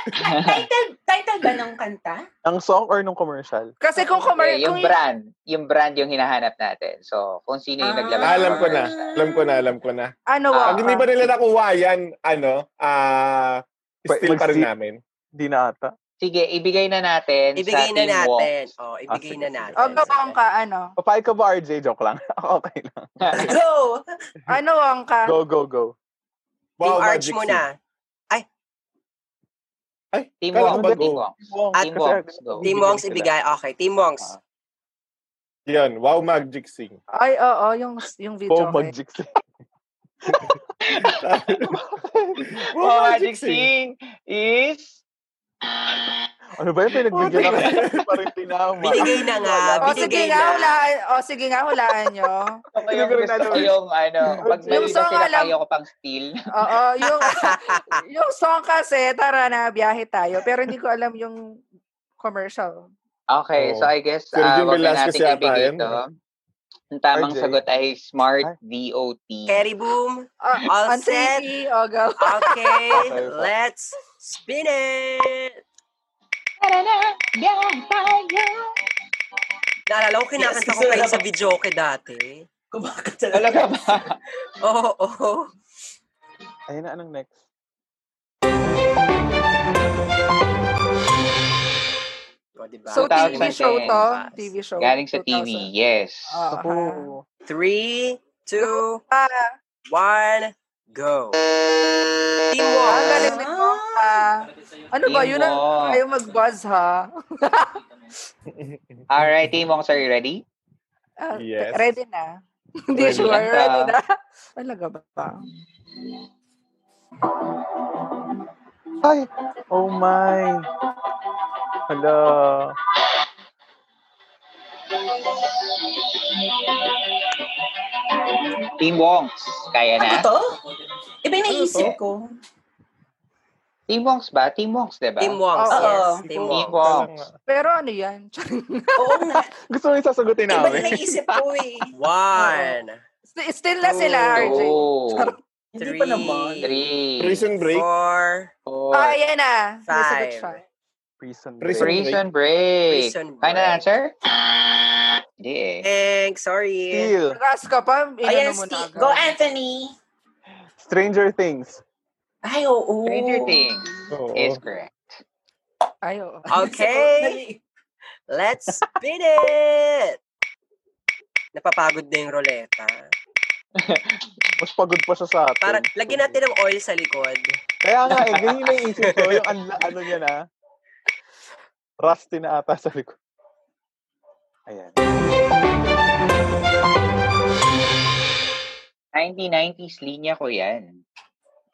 title, title ba ng kanta? Ang song or nung commercial? Kasi [laughs] Eh, kung Okay, Eh, commercial, yung brand. Yung brand yung hinahanap natin. So, kung sino yung Ah. naglabas. ng Ah, alam ko na. commercial. Alam ko na, alam ko na. ano, Ah, Pag hindi ba Wongka? nila nakuha yan, ano, ah, Pwe- still pa rin magsi- namin. Di na ata. Sige, ibigay na natin sa Ibigay na Team natin. Wongs. Oh, ibigay sige, na sige. natin. O, go Sige. Wongka, ano? Papay ka ba, RJ? Joke lang. [laughs] okay lang. Go! Ano, Wongka? Go, go, go. Team Wow, Arch Magic Eh, muna. Seed. Ay, [laughs] Team kala Wongs, ko ba Team go? Wongs. Wong. Team Kasi Wongs, go. ang- ang Team bibigyan Wongs, sila. ibigay. Okay, Team Wongs. Yan, wow, Magic Sing. Ay, oo, yung, yung Wow, video. eh. okay. magic sing. Wow, Oh, Magic eh. Sing is... Ano ba yun? Puti. Pinagbigyan ako. Parang tinama. Binigay na nga. O, Binigay Oh, sige nga, na. hulaan, o, sige nga, hulaan [laughs] nyo. Ako Hindi yung ko rin gusto alam ko eh. yung ano, pag may Yung iba song, sila, alam- kaya ko pang steal. Oo, yung, [laughs] yung song kasi, tara na, biyahe tayo. Pero hindi ko alam yung commercial. Okay, Oo. so I guess Sir uh, Jun wag na Velasquez natin yata eh. ibigay yan. ito. Ang tamang RJ. sagot ay Smart Ay. DOT. [laughs] Carry boom. Uh, All on set. 3D, o go. Okay, Okay, okay. let's spin it. Naalala ko, kinakanta Yes, ko kayo gusto sa na- video ko dati. Kumakanta na. Talaga [laughs] ba? Oo, oo. Ayun na, anong next? O, diba? So, TV show to? 2010. TV show. Galing sa TV, yes. Ah. Ako. Three, two, 2000. Ah, one, go. Team ang Wong. Ah, Ah. galing ni Wongka. Ano ba, Team yun ang Wong. ayaw mag-buzz, ha? [laughs] Alright, Team Wongs, are you ready? Ah, Yes. Ready [laughs] na. Hindi Ready sure. na. Ready na. [laughs] Talaga ba? Ay! Oh my! Hala. Team Wongs, kaya Ano na? to? Iba yung naisip ko. Team Wongs ba? Team Wongs, di ba? Team Wongs, Oo. yes. Hindi Team ko- Team Wongs. Kala Wongs. nga. Pero ano yan? [laughs] Oo nga. Gusto mo yung sasagutin Iba yung namin? naisip ko eh. One, St- Still na sila, RJ. Two, Hindi pa naman. Three. Oh, three, Prison Break. four, four, Ah, ayan na. May sagot Five. siya. Prison Break. Prison Prison Break. Prison Final Break. answer? Hindi eh. Thanks, sorry. Steal. Tagas ka pa, Ayan, inano mo na Steve, agad. Go, Anthony! Stranger Things. Ay, oo. oh. Stranger Things Oo. is correct. Ay, oo. Okay, let's spin it! Napapagod na yung ruleta. Mas pagod pa siya sa atin. Para, lagyan natin ng oil sa likod. [laughs] Kaya nga eh, ganyan na yung isip ko. Yung anla- ano niya na. Rusty na ata [laughs] sa likod. Ayan. 1990s linya ko yan.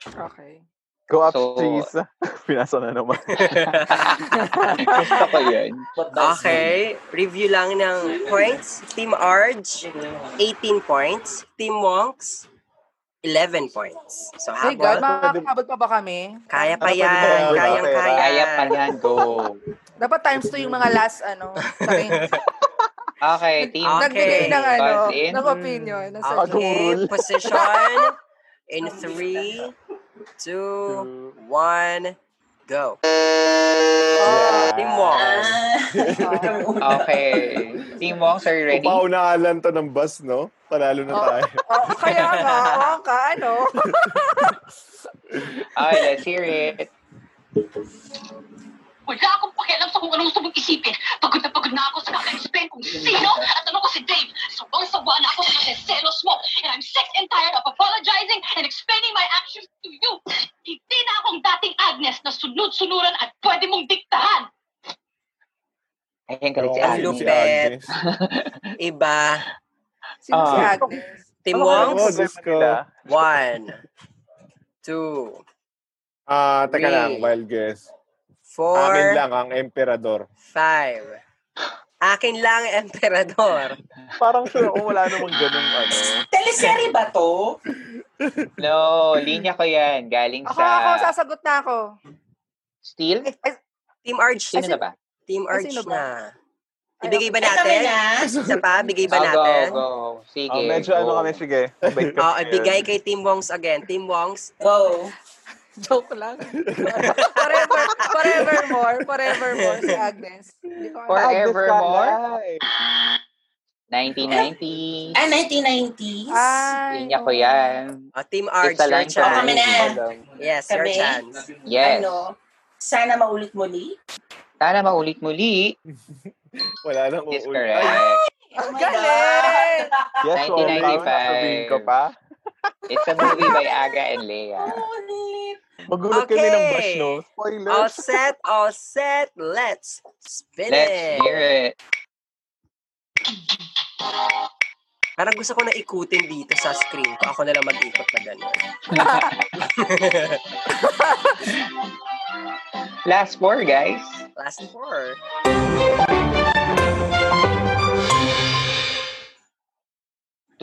Okay. Go up, So- uh, cheese. [laughs] Pinasa na [laughs] naman. [laughs] Gusto ko yun. Okay, review lang ng points. Team Arj, 18 points. Team Wonks, 11 points. So Ay, God, habol. makakabot pa ba kami? Kaya pa Ano pa din yan. ba? Kayang-kaya. Kaya pa yan, go. Dapat times two yung mga last, ano, sakin. Okay, team. Okay. Nagbigay ng, ano, Buzz in. ng opinion. Mm. ng Ah, suggestion. Okay, Agurul. [laughs] position in three, two, Oh, one, go. Team Wonks. Ah. [laughs] Okay. Team Wong, are you ready? Paunahalan to ng bus, no? Panalo na tayo. Oh, kaya nga, oh, ka, ano? Okay, let's hear it. Wala akong pakialam sa kung anong gusto mong isipin. Pagod na pagod na ako sa kaka-explain kung sino at ano ko si Dave. Sawang-sawa na ako sa kaseselos mo. And I'm sick and tired of apologizing and explaining my actions to you. Hindi na akong dating Agnes na sunod-sunuran at pwede mong diktahan. Ayan ka Ewan ko si Ang sino si Agnes. lupit. Agnes. Iba. Sino si Ah. Agnes? Team Ano Wonks, mo, Diyos ko. one, two, Ah, teka Three. lang, wild guess. Amin four, lang ang [laughs] emperador. five. Akin lang, [laughs] Emperador. Parang sure ako wala namang ganung ano. Teleserye ba to? No, linya ko yan. Galing Ako, ako, sa sasagot na ako. Steel? Eh, ay, Team Arch. Sino na ba? Team Ay, Arch sino ba? na. Ay, Ibigay ba Ay, kami natin? na. Isa pa, bigay ba Ah, go, natin? go. Sige, Ah, medyo go. ano kami, sige. Mabait ka [laughs] Oh, pa yun. ibigay kay Team Wongs again. Team [laughs] Wongs, Go. joke lang. [laughs] forever, forever more, forever more si Agnes. Hindi ko alam. For- Agnes Forevermore? Calay. 1990. Ay, 1990s? Ah. Ay, Linya ko oo. yan. Oh, Team Arch, It's a your line from Oh, kami chance. na. movie. Yes, your Kami? chance. Yes. Ano? Sana maulit muli. Sana maulit-muli. [laughs] Wala nang Is uul. Ay, correct. Ang Oh my galing! Yes, wow. Parang 1995. sasabihin ko pa. It's a movie by Aga and Lea. Ulit. Magulot kami ng bash, no? Okay. All Spoilers. set, all set. Let's spin Let's it. hear it. Parang gusto ko na ikutin dito sa screen ko. Ako na lang mag-ikot na gano'n. Last four, guys. Last four.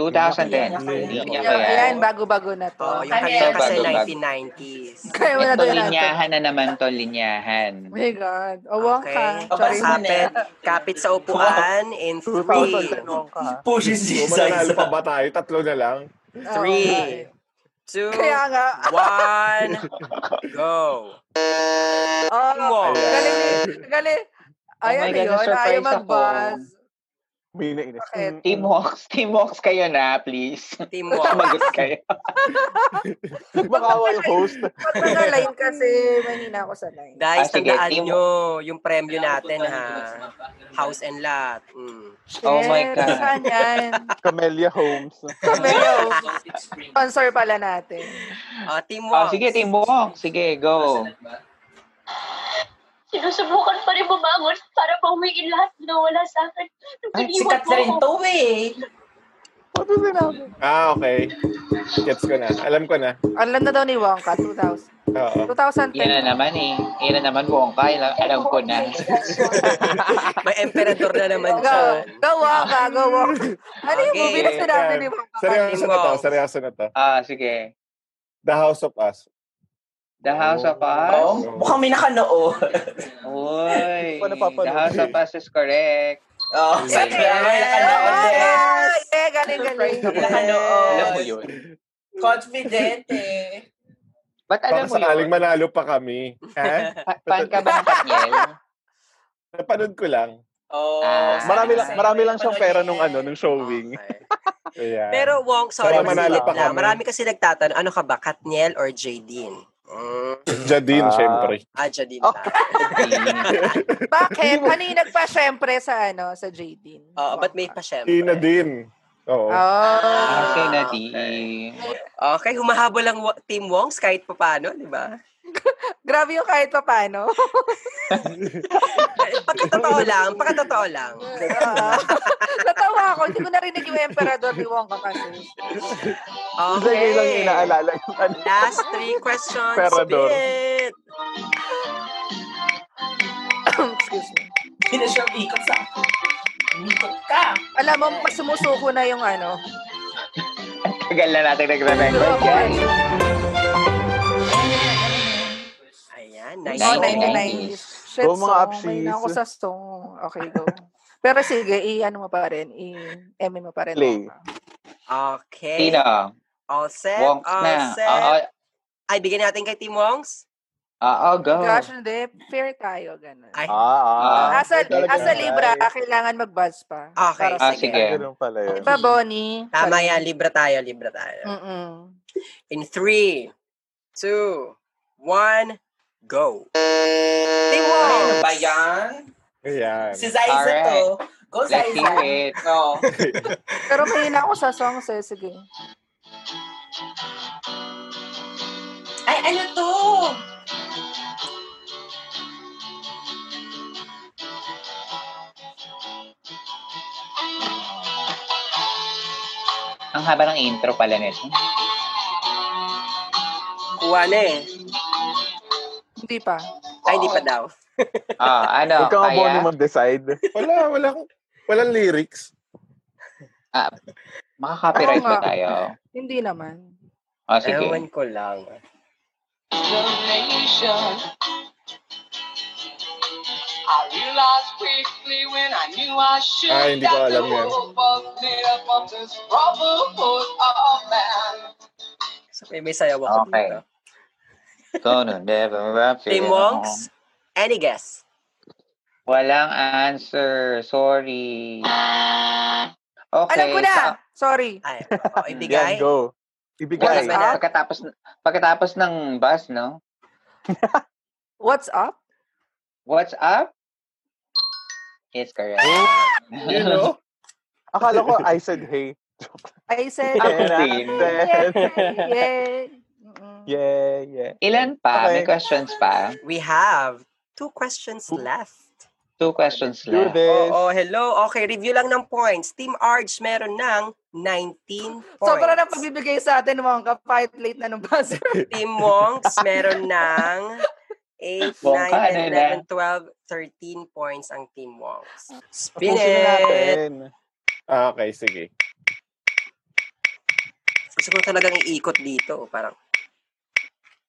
Linya 2010. ko yan. Linya ko Yan, yan. yan, bago-bago na Oh, to. yung Kami kanina yan. kasi Bago, bago. 1990s. [laughs] Kaya wala Ito, doon na ito. linyahan na naman to, linyahan. Oh my God. Oh, wongka. Okay. Sorry. Babasa na. Kapit, kapit sa upuan in 2000 three, tanong ano ka. Push is kung mananalo pa ba tayo? Tatlo na lang. Oo, nga eh. three, two, Kaya nga. one, [laughs] go. Oh, Wong. galing ni, galing. Ay, Oh my God, ano yun? na-surprise Ayaw ako. mag-buzz. May nainis. Hmm, Bakit? Team Hawks, Team Hawks kayo na, please. Team Wong. Sumagot kayo. Makawa hmm. yung host. Pag nag-align kasi, mahina ako sa line. Ah, [laughs] Guys, sige, tandaan Team- nyo yung premyo natin ha. House and lot. Mm. Oh my Shit, God. Saan yan? Camellia Holmes. Camello. Sponsor pala natin. Oh, Team Oh, Wong. sige, Team Wong. Sige, go. Sinusubukan pa rin bumangon para pauwiin lahat na wala sa akin. Nung Sikat na rin to [laughs] eh. Ano sinabi? Ah, okay. Gets ko na. Alam ko na. Alam na daw ni Wongka, 2000. Oo. 2010. Yan na naman eh. Yan na naman, Wongka. Alam, alam ko [laughs] na. May emperador na [laughs] naman Go, dyan. go Wongka, go Wongka. Ano yung Okay. movie na sinabi ni Wongka? Seryoso na to. Wow. Seryoso na to. Ah, sige. The House of Us. The House of Us. Oh, mukhang may nakanood. Uy. Hindi ko napapanood The House of Us is correct. Oh, Yes. kaya may nakanood eh. Yes! Eh, galing, galing. Nakanood. Alam mo yun. Confident eh. Ba't Baka alam mo yun? sakaling manalo pa kami. Ha? Pa- Fan ka ba ng Katniel? Napanood ko lang. Oh, Ah. Marami lang, Same marami lang siyang pera nung ano, nung showing. Okay. Ayan. Pero Wong, sorry, Sana masilip manalo pa lang. kami. Marami kasi nagtatanong, ano ka ba, Katniel or Jadine? Mm, Jadine, Ah. syempre. ah, Jadine Oh. tayo. Bakit? ano yung nagpa-syempre sa, ano, sa JD? Oo, but may pa syempre. Ina din. Oo. Oh. Kasi na di. Okay, humahabol lang wa- Team Wongs kahit pa paano, di ba? Grabe yung kahit pa paano. Eh, [laughs] Pagkatotoo lang, pagkatotoo lang. Ah. [laughs] Natawa ako. Hindi ko narinig yung emperador ni Wongka kasi. [laughs] Kasi yun lang yung Okay. inaalala yung ano. Last three questions. Emperador. Spit. Excuse me. Hindi na siya umikot sa akin. Umikot ka. Alam mo, mas sumusuko na yung ano. Tagal na natin nagre-record guys. Ayan, Oh, 1990. 1990s. Shit, Go, mga song. May apshis. na ako sa song. Okay, go. Pero sige, i-ano mo pa rin. I-eme mo pa rin. Play. Wongka. Okay. Sino? All set? Wongs all na. uh, Ah, set. Oo, Ay, bigyan natin kay Team Wongs. oo, go. Gosh, hindi. Fair tayo. Ganun. Ay, Ah, ah. Ah, Asa, talaga asa yun. libra, kailangan mag-buzz pa. Okay, Para Ah, sa- sige. Ah, ganun pala yun. Diba, Bonnie? tama yan. Libra tayo, libra tayo. Mm-mm. In three, two, one, go. Team Ano Wongs! ba yan? Ayan. Si Zaiza Alright. to. Go, Let's Zaiza. hear it. Oo. Pero mahina ako sa songs eh. Sige. Ay, ano to? Ang haba ng intro pala nito. Kuha na eh. Hindi pa. Ay, di pa daw. Ah, ano? Huwag kang abono Kaya, mag-decide. [laughs] Wala, wala akong, walang lyrics. makaka-copyright Oo ba nga. tayo? Hindi naman. O, sige. Ewan ko lang. I realized quickly when I knew I should Ah, hindi ko that alam the yan. world was made up of this brotherhood of man. So, may, may sayaw ako Okay. dito. Gonna never wrap it Team Wongs, any guess? Walang answer. Sorry. Okay. Ah. Alam ko na! sa- Sorry. Ay, [laughs] oh, Yan, ibigay. go. Wala Ibigay. ba na pagkatapos, pagkatapos ng bus, no? What's up? What's up? It's correct. You know? Akala ko, I said hey. I said, [laughs] Ako Yeah, din. I said- yay. Mm-mm. Yeah, yeah. Ilan pa? May Okay. questions pa? We have two questions left. Two questions Do left. this. Oo, hello. Okay, review lang ng points. Team Arch meron ng 19 points. Sobra na pagbibigay sa atin mga ka-fight late na nung buzzer. [laughs] [laughs] Team Wongs meron ng 8, Bongka, 9, ano 10, 11, 12, 13 points ang Team Wongs. Ah. Spin Tapusin na it! natin. Ah, okay, sige. Gusto ko talagang iikot dito. Parang,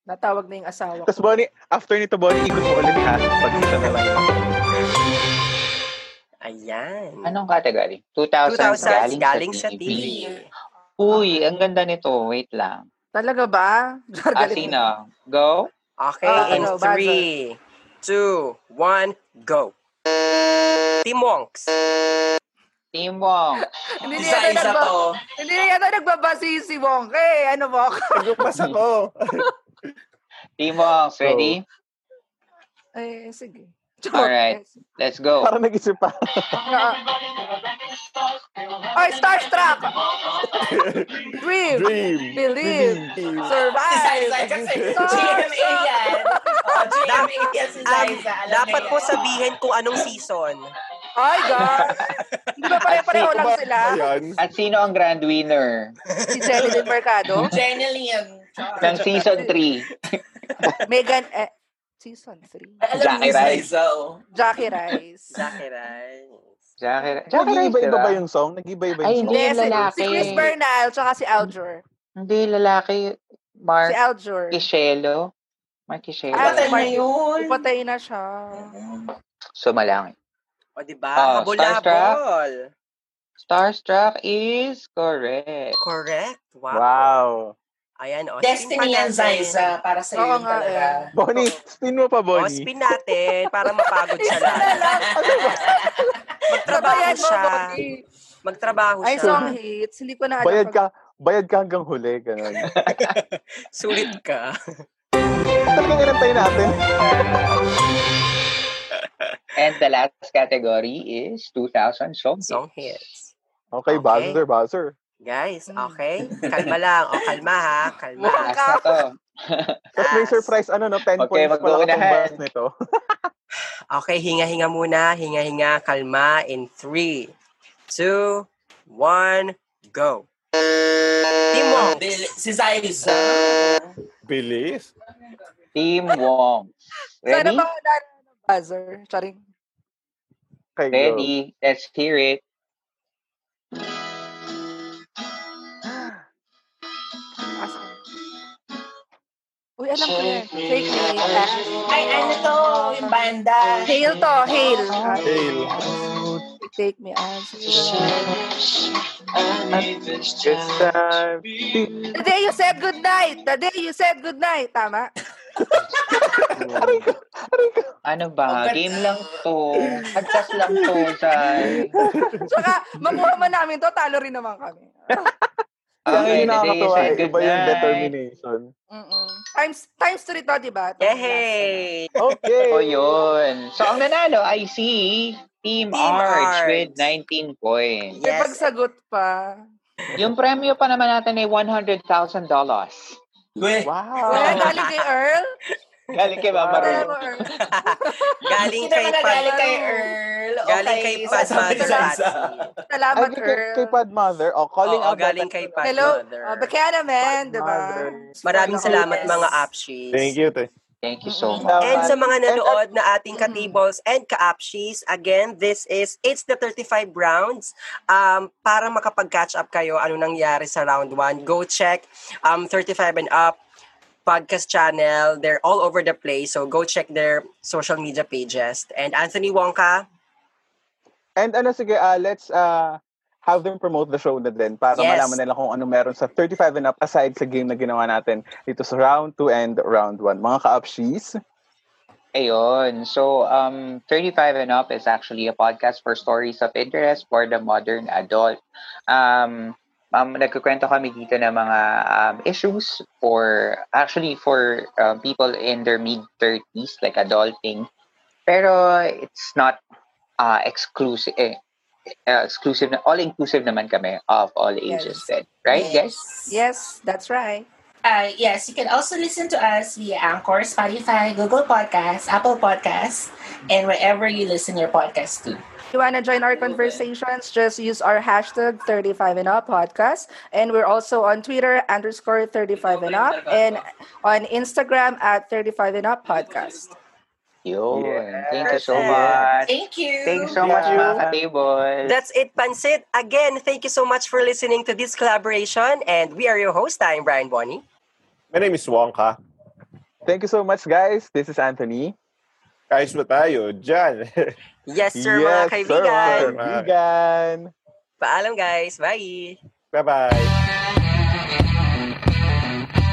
Natawag na yung asawa ko. Tapos Bonnie, after nito Bonnie, ikot mo ulit ha. Pag isa na lang. Ano? ayan. Anong category? 2000, 2000 Ah, galing, galing sa sa TV. TV. Uy, ang ganda nito. Wait lang. Talaga Ah, ba? Jargalit mo. sino? Go? Okay, Ah, in ano, buzzer. 3, 2, 1, go! Team Wongs! Team Wong. Hindi na Si yata Zaiza nagba- to. Hindi na yata nagbabasi si Wong. Eh, ano mo? Naglupas ako. Team Wong, ready? eh, sige. Alright. Let's go. Parang nag-isip pa. Ah, ah. Ay, Starstruck! Dream! Dream. Believe! Si Zaiza Survive! kasi. Sorry, GMA yan. Oh, GMA yan si Zaiza. Alam Dapat na po yan. sabihin kung anong season. Ay, gosh! Hindi ba pare-pareho lang Ba- sila? Ayan. At sino ang grand winner Si Jelly Del [laughs] Mercado? Jenny Liam. [laughs] ng season 3? Megan, eh, season 3. Alam mo Jackie si Rice. Zaiza, oh. Jackie Rice. Zaki Rice. Jackie, Jackie Rice, Nag-iiba-iba diba? ba yung song? Nag-iba-iba Ay, yung hindi. song? Hindi, eh. si, lalaki. si Chris Bernal, tsaka si Aljur. Hindi, lalaki. Si Mark Aljur. Kishelo. Mark Kishelo. Ah, Patay si na Mark- yun. Ipatay na siya. Sumalangit. O, di ba? Oh, Habol-habol. Starstruck is correct. Correct. Wow. Wow. Ayan, o. spin Destiny pa yan, natin. Zaiza, para sa Oo iyo nga, talaga. Bonnie, spin Oh, mo O, pa, Bonnie. spin natin para mapagod siya lang. [laughs] Magtrabaho Sabayan mo, siya. Bonnie. Magtrabaho Ay, siya. song hits. Hindi ko na alam. Bayad pag- ka, bayad ka hanggang huli. Ganun. Sulit ka. Talagang inantay natin. And the last category is 2,000 song Song hits. hits. Okay. Okay, buzzer, buzzer. Guys, Hmm. okay? Kalma lang. O, kalma ha. Kalma. Taas na to. Tapos may Taas. surprise, ano, no? 10 Okay, points pala itong magkukunahan. buzz nito. [laughs] Okay, hinga-hinga muna. Hinga-hinga. Kalma. In three, two, one, go. Timong. Bil- Si Zaiza. Bilis. Team Wong. [laughs] Sana Ready? ba wala na ng buzzer? Charing. Okay, go. Ready? Let's hear it. Asan? Uy, alam ko yan. Shake me. Ay, ano to? Yung banda. Hail to, hail. Ah, Hail. Take me as you are. It's [laughs] time. The day you said goodnight. The day you said goodnight. Tama? Ano ba? Oh, but- Game lang to. Adjust lang to, [laughs] Zay. Tsaka, makuha man namin to, talo rin naman kami. Ang Okay, hindi today is a nakakatawa, eh, iba good yung night. determination. Mm-mm. Times, times three to, di ba? Eh, Yay! Okay. O Oh, yun. So, ang nanalo ay si Team, Team Arch, Arch. with 19 points. May Yes. pagsagot pa. Yung premyo pa naman natin ay $100,000. Weh. Wow. Wala, galing kay [laughs] Earl. Galing kay Mama Mama Rulo. Wala Rulo. mo, Earl. Galing Hindi kay naman Pad... galing kay Earl. o Galing kay Pad sasabi ni Zaiza. Salamat, Ay, kay, Earl. kay Podmother. Oh, calling Oo, out. galing kay Pad Hello, Mother. uh, Bacana Man, di ba? Podmother. Maraming Spoiler salamat alert. mga Thank Apshis. you. Thank Thank you so Mm-mm. much. And sa mga And- nanood na ating Mm-mm. katibols and ka-Apshis, again, this is, it's the 35 rounds. Um, para makapag-catch up kayo, ano nangyari sa round 1, go check um, 35 and up podcast channel. They're all over the place, so go check their social media pages. And Anthony Wonka, And ano, sige, ah, let's uh, have them promote the show na din para Yes. malaman nila kung ano meron sa 35 and up aside sa game na ginawa natin dito sa round 2 and round 1. Mga ka-upshies. Ayun. So, um, 35 and Up is actually a podcast for stories of interest for the modern adult. Um, um, nagkukwento kami dito ng mga um, issues for, actually for uh, people in their mid-30s, like adulting. Pero it's not uh, exclusive, eh, uh, exclusive, na- all-inclusive naman kami of all ages Yes. then. Right, guys? Yes, that's right. Uh, yes, you can also listen to us via Anchor, Spotify, Google Podcasts, Apple Podcasts, and wherever you listen your podcast to. If you want to join our conversations, just use our hashtag 35 and up podcast. And we're also on Twitter, underscore 35 and up, and on Instagram at 35 and up podcast. Yun. Thank you so Perfect. much. Thank you. Thanks so Thank much, you. mga ka-table. That's it, Pansit. Again, thank you so much for listening to this collaboration. And we are your host. I'm Brian Bonnie. My name is Wonka. Thank you so much, guys. This is Anthony. Guys, ba tayo? Diyan. [laughs] Yes, sir, mga kaibigan. Sir, mga kaibigan. Paalam, guys. Bye. Bye-bye.